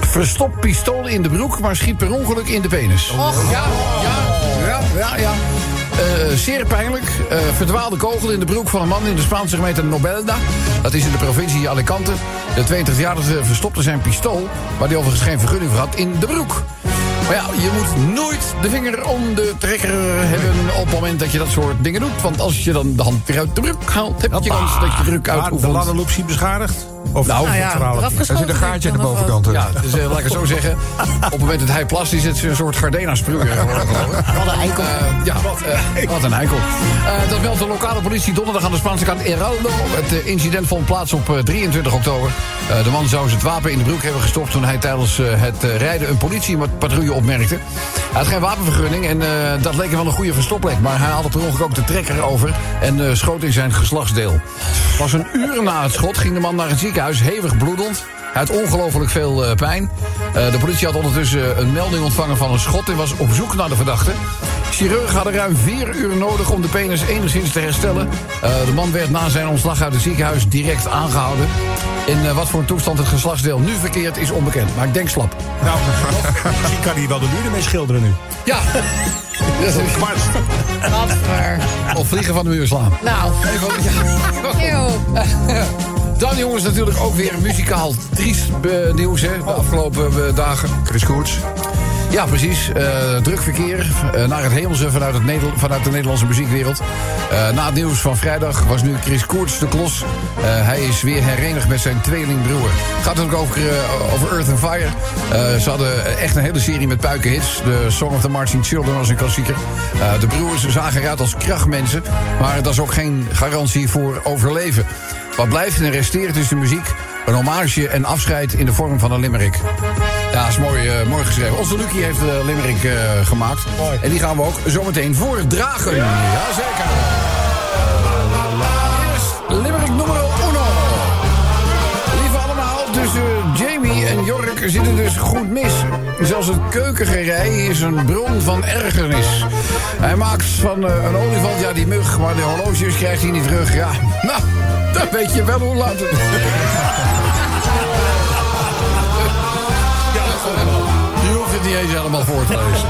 Verstopt pistool in de broek, maar schiet per ongeluk in de penis. Och, ja, ja, ja, ja, ja. Eh, zeer pijnlijk. Eh, verdwaalde kogel in de broek van een man in de Spaanse gemeente Nobelda. Dat is in de provincie Alicante. De 22-jarige verstopte zijn pistool, waar hij overigens geen vergunning voor had, in de broek. Maar ja, je moet nooit de vinger om de trekker hebben op het moment dat je dat soort dingen doet. Want als je dan de hand weer uit de broek haalt, heb je kans dat je druk
Maar de
uitoefent.
ladderloopsie beschadigd? Of
Nou,
of
Nou ja,
vertrouwen?
eraf
Er zit
geschoten.
een gaatje aan de
dan nog wel.
bovenkant. hè.
Ja, dus eh, laat ik het zo zeggen. Op het moment dat hij plast, is het een soort Gardena-sproeier geworden. geloof ik.
Wat een eikel.
Eh, ja, wat, eh, wat een eikel. Eh, dat meldt de lokale politie donderdag aan de Spaanse kant Heraldo. Het eh, incident vond plaats op eh, 23 oktober. Eh, de man zou zijn wapen in de broek hebben gestopt... toen hij tijdens eh, het eh, rijden een politiepatrouille opmerkte. Hij had geen wapenvergunning en eh, dat leek hem wel een goede verstopplek. Maar hij had per ongeluk ook de trekker over en eh, schoot in zijn geslachtsdeel. Pas een uur na het schot ging de man naar het ziekenhuis hevig bloedend... Hij had ongelooflijk veel eh, pijn. Eh, de politie had ondertussen een melding ontvangen van een schot en was op zoek naar de verdachte. Chirurgen hadden ruim vier uur nodig om de penis enigszins te herstellen. Eh, de man werd na zijn ontslag uit het ziekenhuis direct aangehouden. In eh, wat voor een toestand het geslachtsdeel nu verkeert is onbekend, maar ik denk slap.
Nou, misschien kan hij wel de muren mee schilderen nu.
Ja, dat is een
Gadver.
Of vliegen van de muur slaan.
Nou,
Even- ja.
eeuw.
Dan jongens natuurlijk ook weer muzikaal triest eh, nieuws hè, de afgelopen eh, dagen.
Chris Koerts.
Ja, precies. Eh, druk verkeer eh, naar het hemelse vanuit, het Neder- vanuit de Nederlandse muziekwereld. Eh, na het nieuws van vrijdag was nu Chris Koorts de klos. Eh, hij is weer herenigd met zijn tweelingbroer. Het gaat ook over, eh, over Earth and Fire. Eh, ze hadden echt een hele serie met puikenhits. De Song of the Marching Children was een klassieker. Eh, de broers zagen eruit als krachtmensen. Maar dat is ook geen garantie voor overleven. Wat blijft en resteert is de muziek. Een hommage en afscheid in de vorm van een limerick. Ja, is mooi, eh, mooi geschreven. Onze Lucky heeft de limerick eh, gemaakt. En die gaan we ook zometeen voordragen. Jazeker. Eerst limerick nummer uno. Lieve allemaal, tussen Jamie en Jork zit het dus goed mis. Zelfs het keukengerei is een bron van ergernis. Hij maakt van eh, een olifant, ja, die mug, maar de horloges krijgt hij niet terug. Ja, nou, dan weet je wel hoe laat het is. Je hoeft het niet eens helemaal voor te lezen.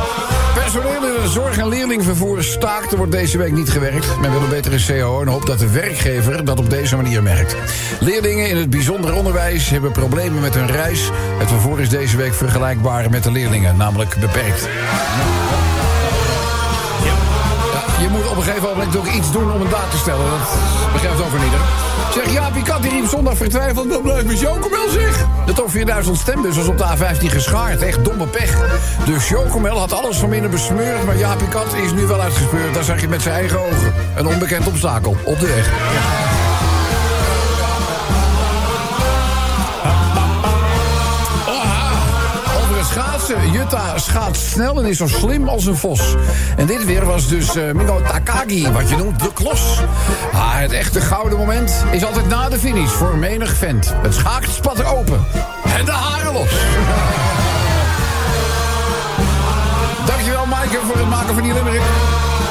Personeel in de zorg- en leerlingvervoer staakt. Er wordt deze week niet gewerkt. Men wil een betere CAO en hoopt dat de werkgever dat op deze manier merkt. Leerlingen in het bijzonder onderwijs hebben problemen met hun reis. Het vervoer is deze week vergelijkbaar met de leerlingen, namelijk beperkt. Ja, je je moet op een gegeven moment ook iets doen om een daad te stellen. Dat begrijpt ook weer niet. hè? Zeg, ja, die kat die riep zondag vertwijfeld. Dat blijft met Chocomel, zeg. De top 4000 stembus was op de A15 geschaard. Echt domme pech. Dus Chocomel had alles van binnen besmeurd. Maar Jaapie Kat is nu wel uitgespeurd. Daar zag je met zijn eigen ogen. Een onbekend obstakel op de weg. Over het schaatsen. Jutta schaats snel en is zo slim als een vos. En dit weer was dus eh Mino Takagi, wat je noemt de klos. Ah, het echte gouden moment is altijd na de finish voor menig vent. Het schaakt spat open en de haren los. Dankjewel, Maaike, voor het maken van die limerick.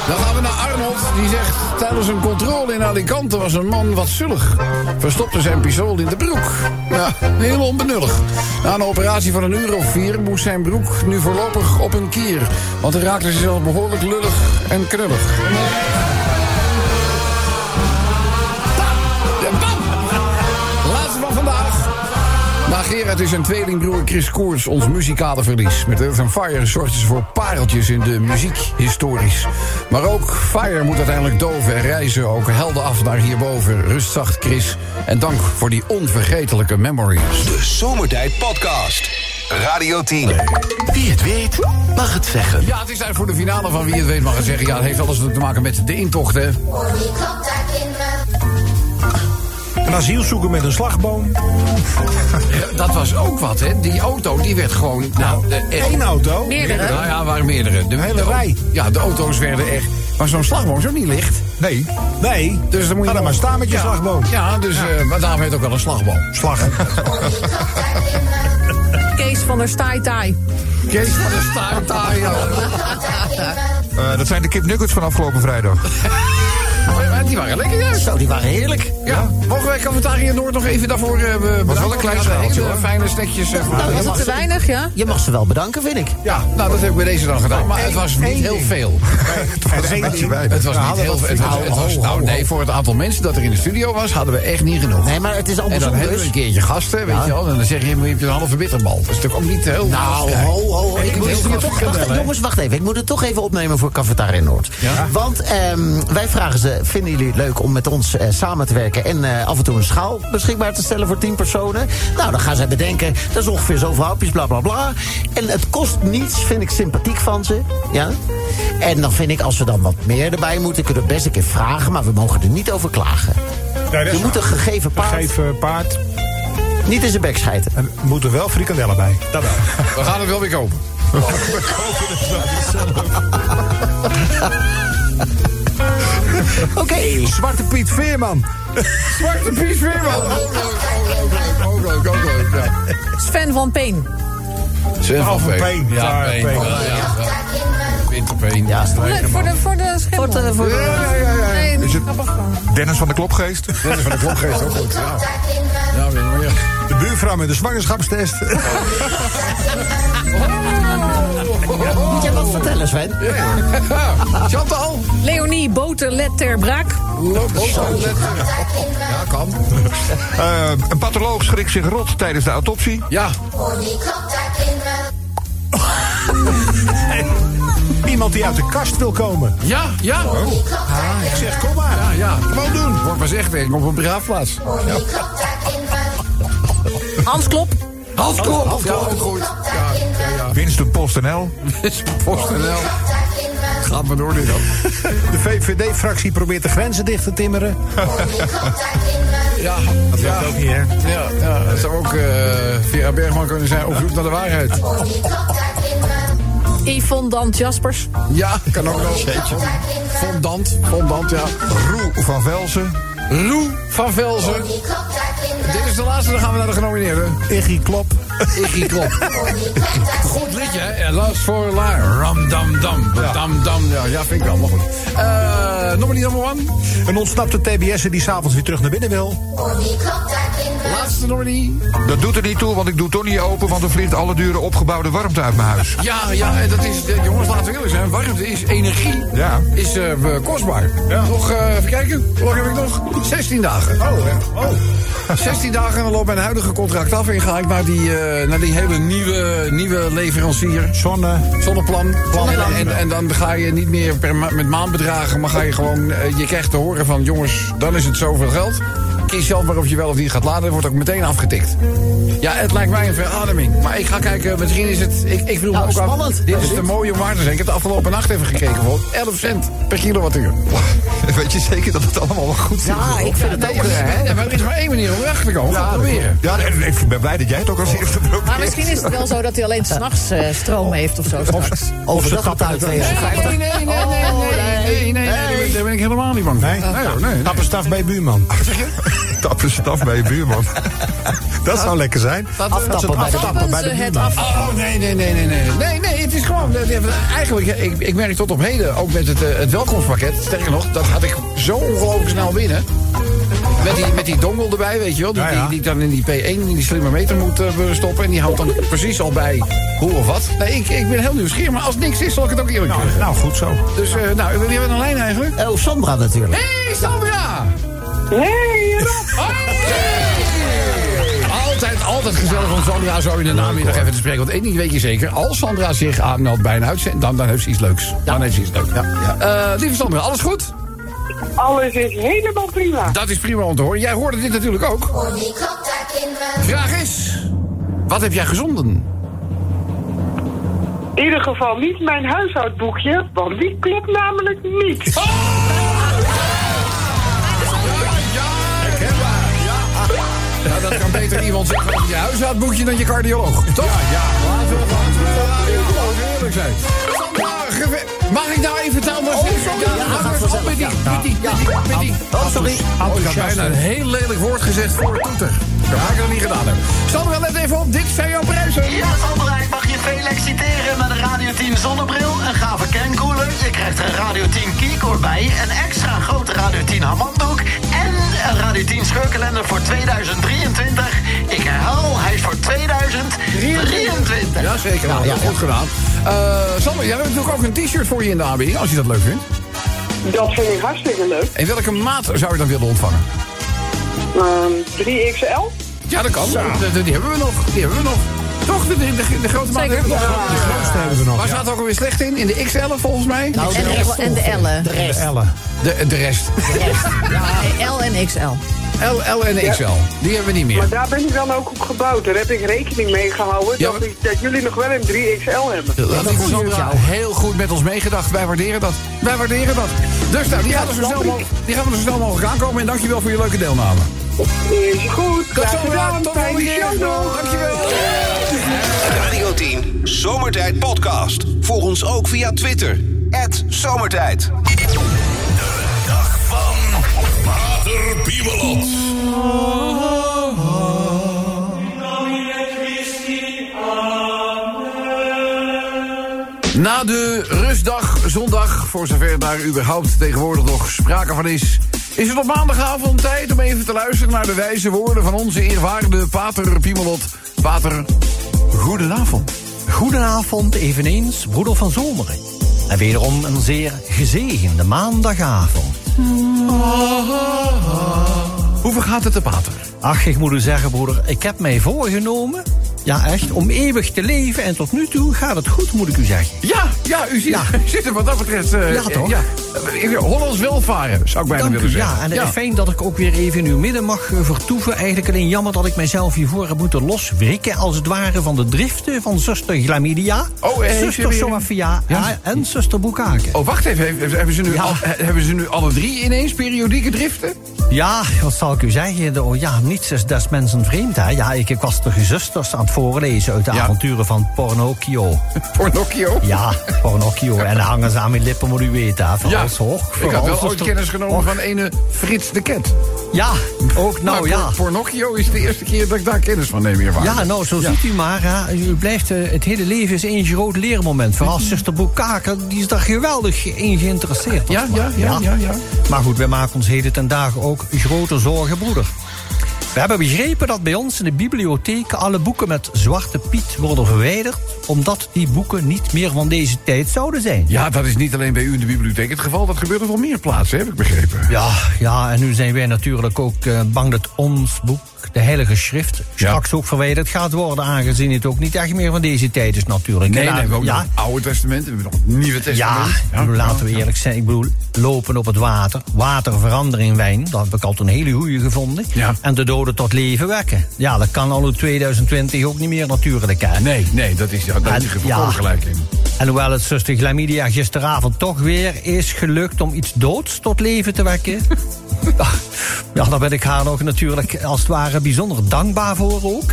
Dan gaan we naar Arnold. Die zegt, tijdens een controle in Alicante was een man wat zullig. Verstopte zijn pistool in de broek. Ja, heel onbenullig. Na een operatie van een uur of vier moest zijn broek nu voorlopig op een kier. Want hij raakte zichzelf behoorlijk lullig en knullig. Bam! Bam! Laatste van vandaag. Na Gerard is zijn tweelingbroer Chris Koers ons muzikale verlies. Met Earth and Fire zorgden ze voor pareltjes in de muziek historisch. Maar ook Fire moet uiteindelijk doven en reizen ook helden af naar hierboven. Rust zacht, Chris. En dank voor die onvergetelijke memories.
De Zomertijd Podcast. Radio 10.
Wie het weet, mag het zeggen.
Ja, het is tijd voor de finale van Wie het weet mag het zeggen. Ja, het heeft alles te maken met de intocht, hè.
Hoor die klap daar, kinderen.
Een asielzoeker met een slagboom.
Dat was ook wat, hè. Die auto, die werd gewoon... Nou, de- echt...
Eén auto.
Meerdere.
Nou ja, er waren meerdere. De
hele
de-
rij.
Ja, de auto's werden echt... Maar zo'n slagboom zo niet licht.
Nee. Nee.
Dus dan moet je
Ga dan maar staan met je
Ja.
slagboom.
Ja, dus, eh, maar daarom heet het ook wel een slagboom.
Slag.
Hoor die klap daar, kinderen.
Kees van der Staai-Taai.
Kees van de Staartaai.
Klap daar, kinderen.
Eh, dat zijn de kipnuggets van afgelopen vrijdag.
Die waren lekker, juist.
Zo, die waren heerlijk.
Ja, mogen wij Cafetaria Noord nog even daarvoor eh be- bedanken?
wel een klein
Ja, de
schaaltje,
hele
hoor.
Fijne stekjes. eh, voor-
Nou, is het te weinig, ja?
Je mag ze wel bedanken, vind ik.
ja, nou dat heb ik bij deze dan gedaan. Maar het was niet
één
heel
ding.
veel.
Het was een beetje bij.
Het was niet heel veel. Het was- het was- Nou nee, voor het aantal mensen dat er in de studio was, hadden we echt niet genoeg.
Nee, maar het is
En
andersom
dan hebben we
dus.
een keertje gasten, weet je wel. En dan zeg je, heb je een halve bitterbal. Dat is natuurlijk ook niet heel...
Nou, ho, ho, ho. Ik moet
heel
het
graag
toch,
vertellen,
wacht,
hè.
jongens, wacht even. Ik moet het toch even opnemen voor Cafetaria Noord.
Ja.
Want ehm, wij vragen ze, vinden jullie het leuk om met ons eh, samen te werken... en eh, af en toe een schaal beschikbaar te stellen voor 10 personen? Nou, dan gaan zij bedenken, dat is ongeveer zoveel hapjes, bla, bla, bla. En het kost niets, vind ik sympathiek van ze. Ja? En dan vind ik, als we dan wat meer erbij moeten... kunnen we best een keer vragen, maar we mogen er niet over klagen.
dat
je
is
moet een gegeven paard
Geef eh, paard.
niet in zijn bek schijten.
En er moeten wel frikandellen bij. Dat wel.
We gaan het wel weer kopen.
Oké,
Zwarte Piet Veerman.
Zwarte Piet Veerman. Oh, leuk, oh, leuk, oh, leuk, oh, leuk, ja.
Sven van Peen.
Sven
Oh, van Peen.
Ja,
Ja,
Peen. Ja,
Peen.
Klap daar, kinderen.
Winterpeen.
Ja,
Leuk, voor de, voor de schimmel.
Voor de- voor de-
Ja, ja, ja, ja.
Nee,
Is het-
grappig gewoon.
Dennis van de Klopgeest.
Dat is van de klopgeest ook goed.
Klap
Ja,
daar, kinderen.
ja, maar ja.
De buurvrouw met de zwangerschapstest.
moet jij wat vertellen, Sven?
Chantal.
Leonie Boterlet ter Braak.
Loopt ook Ja, kan.
Eh, een patholoog schrikt zich rot tijdens de autopsie.
Ja.
Hoor die klap daar, kinderen.
Iemand die uit de kast wil komen.
Ja, ja.
Die klap daar,
Ik
kinderen.
zeg, Oh, kom maar.
Ja, ja. Gewoon doen. Wordt maar echt ik op een begraafplaats.
Hoor die klap daar, kinderen.
Hans Klop.
Halfklop. Ja, ook goed.
Klap daar, kinderen.
Winston PostNL.
Is PostNL.
Klap daar, kinderen.
Gaat maar door nu dan.
De VVD-fractie probeert de grenzen dicht te timmeren.
Hoor die klap daar, kinderen.
Ja.
Dat
ja.
werkt ook niet, hè?
Ja, ja, dat zou ook eh, Vera Bergman kunnen zijn. Op zoek naar de waarheid.
Oh.
Hoor die klap daar, kinderen.
Yvonne Dan Jaspers.
Ja, kan ook wel.
Klap daar, kinderen.
Fondant, fondant, ja.
Roe van Velsen.
Roe van Velzen.
Hoor die klap daar, kinderen.
Dit is de laatste, dan gaan we naar de genomineerden.
Iggy Klop.
Iggy Klop.
Hoor die klap daar,
Goed liedje, hè? Last for Life. Ram, dam, dam. Dam, dam. Ja, ja, vind ik wel, maar goed. Eh, nominee number one.
Een ontsnapte TBS'er die s'avonds weer terug naar binnen wil.
hoor die klap daar, kinderen.
Laatste nominee.
Dat doet er niet toe, want ik doe toch niet open, want er vliegt alle dure opgebouwde warmte uit mijn huis.
Ja, ja, en dat is... eh, jongens, laten we eerlijk zijn. Warmte is energie.
Ja.
Is eh, kostbaar. Nog, eh, even kijken. Hoe lang heb ik nog? 16 dagen.
Oh, hè? oh.
Oh. 16 dagen en dan loopt mijn huidige contract af en ga ik naar die eh, nadien hebben we een nieuwe, nieuwe leverancier.
Zonne.
Zonneplan.
Zonneplan.
En, en dan ga je niet meer per ma- met maandbedragen, maar ga je gewoon. eh, je krijgt te horen van jongens, dan is het zoveel geld. Kies zelf maar of je wel of niet gaat laden. Er wordt ook meteen afgetikt. Ja, het lijkt mij een verademing. Maar ik ga kijken, misschien is het. Ik, ik vroeg me
Nou,
ook af,
spannend.
Dit is de mooie om waar te zijn. Ik heb de afgelopen nacht even gekeken. Bijvoorbeeld 11 cent per kilowattuur.
Weet je zeker dat het allemaal wel goed zit?
Ja, ik vind het ook... eh, hè.
Ja, maar er is maar één manier om erachter te komen. Ga het proberen.
Ja, en ik ben blij dat jij het ook als eerste probeert.
Maar misschien is het wel zo dat hij alleen s'nachts eh stroom heeft of zo. straks.
Overdag gaat uit
Nee,
250.
nee, nee, nee,
Oh,
nee, nee, nee, nee, daar ben ik helemaal niet bang voor.
Nee?
nee, hoor, nee.
Tappenstaf bij buurman.
Tappen ze het af bij je buurman.
Dat zou lekker zijn.
eh,
Aftappen bij de
Tappen bij de
ze het
buurman.
af.
Oh, nee, nee, nee, nee, nee. Nee, nee, het is gewoon... dat- dat- Eigenlijk, ik, ik merk tot op heden, ook met het, eh, het welkomstpakket... Sterker nog, dat had ik zo ongelooflijk snel binnen. Met die, met die dongel erbij, weet je wel. Die,
Ja, ja.
Die, die ik dan in die P1, in die slimme meter moet eh, stoppen. En die houdt dan precies al bij hoe of wat. Nee, ik, ik ben heel nieuwsgierig, maar als het niks is, zal ik het ook eerlijk
Nou,
zeggen.
nou, goed zo.
Dus, eh, nou, wie hebben we een lijn eigenlijk?
Oh, Sandra natuurlijk.
Hé, hey, Sandra! Hey, Altijd, altijd gezellig om Sandra zo in de namiddag even te spreken. Want één ding weet je zeker. Als Sandra zich aanmeldt bij een uitzending, dan, dan heeft ze iets leuks. Dan heeft ze iets leuks. Eh, lieve Sandra, alles goed?
Alles is helemaal prima.
Dat is prima om te horen. Jij hoorde dit natuurlijk ook.
Voor die klaptakinderen.
Vraag is, wat heb jij gezonden?
In ieder geval niet mijn huishoudboekje, want die klopt namelijk niet.
Nou, dat kan beter iemand zeggen over je huishoudboekje dan je cardioloog. Toch? Ja, ja. Laten we laten we- laten we gewoon eerlijk zijn. Sandra, geve- Mag ik nou even talen? Oh, sorry. Ja, anders op met die, met die, met die, met die.
Oh, sorry.
Oh, ik had bijna een heel lelijk woord gezegd voor een toeter. Dat ga ik nog niet gedaan hebben. Sandra, let even op. Dit zijn jouw prijzen.
Ja, Sandra, ik mag je veel exciteren met een Radio 10 zonnebril, een gave kenkoeler. Je krijgt er een Radio 10 keycord bij, een extra grote Radio 10 hamanddoek en een Radio 10 scheurkalender voor 2023. Ik herhaal, hij is voor 2023.
Ja, zeker. Nou,
Ja, ja,
Goed gedaan. Eh, Sandra, jij hebt natuurlijk ook een t-shirt voor je in de aanbieding, als je dat leuk vindt.
Dat vind ik hartstikke leuk.
En welke maat zou je dan willen ontvangen?
Ehm, 3XL?
Ja, dat kan. Die, die- die hebben we nog. Die hebben we nog. Toch, de, de, de, de grote maat
Zeker.
hebben we nog.
Ja.
De grootste hebben we nog. Waar
ja.
staat het ook alweer slecht in? In de XL volgens mij?
Nou,
En de, L- en de L'en.
De rest.
Ellen.
De, de rest.
Nee, L en XL.
L, L en XL. Die hebben we niet meer.
Maar daar ben ik dan ook op gebouwd. Daar heb ik rekening mee gehouden
Ja,
dat,
maar-
ik, dat jullie nog wel een 3XL hebben.
Dat is Sandra heel goed met ons meegedacht. Wij waarderen dat. Wij waarderen dat. Dus nou, die gaan we zo snel mogelijk, die gaan we zo snel mogelijk aankomen. En dankjewel voor je leuke deelname.
Is goed.
Tot
Graag
Sandra.
gedaan.
Tot de
Fijne
volgende keer.
show nog.
Dankjewel.
Radio 10 Zomertijd Podcast. Volg ons ook via Twitter. Zomertijd.
Dag van Pater Pimelot.
Na de rustdag, zondag, voor zover daar überhaupt tegenwoordig nog sprake van is... is het op maandagavond tijd om even te luisteren naar de wijze woorden... van onze eerwaarde pater Piemelot. Pater, goedenavond.
Goedenavond, eveneens Broeder van Zomeren. En wederom een zeer gezegende maandagavond.
Hoe vergaat het de pater?
Ach, ik moet u zeggen, broeder, ik heb mij voorgenomen. Ja, echt, om eeuwig te leven. En tot nu toe gaat het goed, moet ik u zeggen.
Ja, ja, u ziet,
Ja.
u zit er wat dat betreft... eh,
Ja, toch?
Eh, Hollands welvaren, zou ik bijna
Dank
willen
u,
zeggen.
ja. En het is fijn dat ik ook weer even in uw midden mag eh, vertoeven. Eigenlijk alleen jammer dat ik mijzelf hiervoor heb moeten loswrikken... als het ware van de driften van zuster Glamidia,
Oh, eh, heeft u
zuster
weer-
Sophia
Ja.
en zuster Boekake.
Oh, wacht even. Hef- hef- Hebben ze, nu
Ja.
al- he- hebben ze nu alle drie ineens periodieke driften?
Ja, wat zal ik u zeggen? De- oh ja, niets is des mensen vreemd, hè? Ja, ik, ik was de gezusters aan het voorlezen uit de
Ja.
avonturen van Pornocchio.
Pornocchio?
Ja, Pornocchio. en hangen ze aan mijn lippen, moet u weten, hè? Van
Ja,
alles, hoor.
ik
Van
had wel
alles,
ooit
dus-
kennis genomen
Och,
van ene Frits de Ket.
Ja, ook nou,
Maar
ja.
Por- Pornocchio is de eerste keer dat ik daar kennis van neem hiervan.
Ja, nou, zo ziet u maar. Hè. U blijft, eh, het hele leven is één groot leermoment. Vooral zuster Boekaker, die is daar geweldig in geïnteresseerd.
Ja,
als het
ja,
ware.
ja, ja, ja.
Maar goed, wij maken ons heden ten dagen ook grote zorgen, broeder. We hebben begrepen dat bij ons in de bibliotheken alle boeken met Zwarte Piet worden verwijderd. omdat die boeken niet meer van deze tijd zouden zijn.
Ja, dat is niet alleen bij u in de bibliotheek het geval. Dat gebeurt op wel meer plaatsen, heb ik begrepen.
Ja, ja, en nu zijn wij natuurlijk ook eh, bang dat ons boek ook de Heilige Schrift straks ook verwijderd gaat worden. Aangezien het ook niet echt meer van deze tijd is natuurlijk.
Nee, nee, we
En laat-
hebben ook nog
ja,
het Oude Testament, we hebben nog het Nieuwe
ja,
Testament.
ik bedoel, laten we eerlijk zijn. Ik bedoel, lopen op het water. Water veranderen in wijn. Dat heb ik altijd een hele goeie gevonden. En de doden tot leven wekken. Ja, dat kan al in 2020 ook niet meer natuurlijk. Hè.
Nee, nee, dat is, ja, daar heb je
En-
volkomen gelijk in.
En hoewel het zuster Glamidia gisteravond toch weer is gelukt om iets doods tot leven te wekken. ja, daar ben ik haar nog natuurlijk als het ware bijzonder dankbaar voor ook.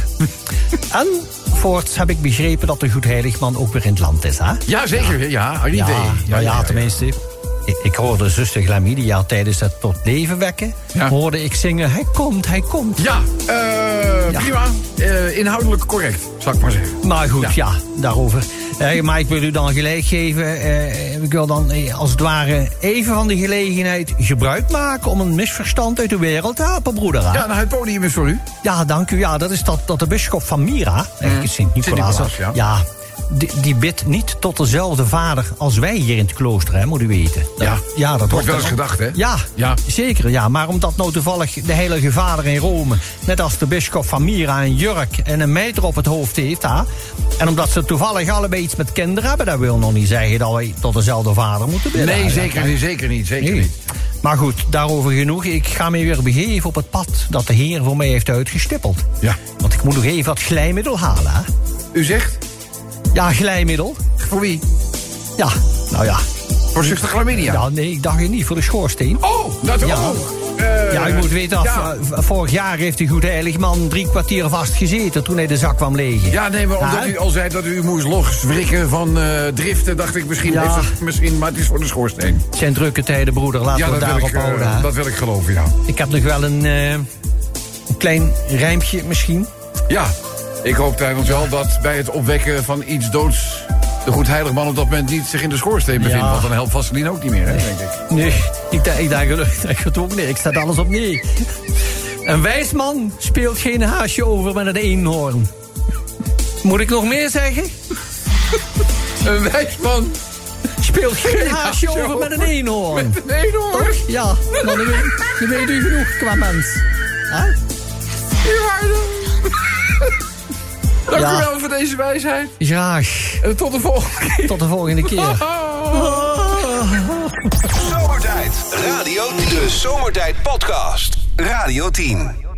en voorts heb ik begrepen dat de Goedheiligman ook weer in het land is, hè?
Ja, zeker. Ja, Arie
Ja,
D.
nou ja, tenminste. Ik, ik hoorde zuster Glamidia tijdens het tot leven wekken. Hoorde ik zingen, hij komt, hij komt.
Ja, eh, prima. Eh, inhoudelijk correct, zou ik maar zeggen.
Maar goed, ja, daarover. Eh, maar ik wil u dan gelijk geven. eh, ik wil dan eh, als het ware even van de gelegenheid gebruik maken om een misverstand uit de wereld te helpen, broeder. hè?
Ja, nou, het podium is voor u.
Ja, dank u. Ja, dat is dat, dat de bisschop van Mira, eigenlijk Sint-Nicolaas,
Sint-Nicolaas, Mhm. ja.
die, die bidt niet tot dezelfde vader als wij hier in het klooster, hè, moet u weten. Dat-
Ja.
ja dat
Wordt wel eens
dan-
gedacht, hè?
Ja,
Ja.
zeker. Ja. Maar omdat nou toevallig de heilige vader in Rome... net als de bisschop van Mira een jurk en een mijter op het hoofd heeft... Hè, en omdat ze toevallig allebei iets met kinderen hebben... dat wil nog niet zeggen dat wij tot dezelfde vader moeten bidden.
Nee,
hè.
zeker niet, zeker niet, zeker
Nee.
niet.
Maar goed, daarover genoeg. Ik ga me weer begeven op het pad dat de Heer voor mij heeft uitgestippeld.
Ja.
Want ik moet nog even wat glijmiddel halen. Hè?
U zegt?
Ja, glijmiddel.
Voor wie?
Ja, nou ja.
Voor zuster chlamydia?
Ja, nee, ik dacht het niet. Voor de schoorsteen.
Oh, dat
Ja.
ook. Eh,
ja, u moet weten, af,
ja.
eh, vorig jaar heeft die goede heilig man drie kwartier vastgezeten toen hij de zak kwam leeg.
Ja, nee, maar omdat
Ja.
u al zei dat u moest loswrikken van eh, driften... dacht ik misschien,
Ja.
heeft het misschien, maar het is voor de schoorsteen.
Het zijn drukke tijden, broeder. Laten
ja,
we het
dat wil,
daarop
ik, eh,
houden. hè.
dat wil ik geloven, ja.
Ik heb nog wel een, eh, een klein rijmpje misschien.
Ja, ik hoop tijdens wel dat bij het opwekken van iets doods... de goedheiligman op dat moment niet zich in de schoorsteen bevindt.
Ja.
Want dan helpt Vaseline ook niet meer, hè, denk ik.
Nee, ik dacht, ik dacht, ik dacht het ook niet. Ik zet alles op nee. Een wijs man speelt geen haasje over met een eenhoorn. Moet ik nog meer zeggen?
Een wijsman
Speelt geen haasje over met een eenhoorn.
met een eenhoorn.
Toch? Ja, maar dan weet, dan weet u genoeg qua mens. Hè?
Dank
Ja.
u wel voor deze wijsheid.
Graag.
En tot de volgende keer.
Tot de volgende keer.
Zomertijd Radio 10. De Zomertijd Podcast. Radio 10.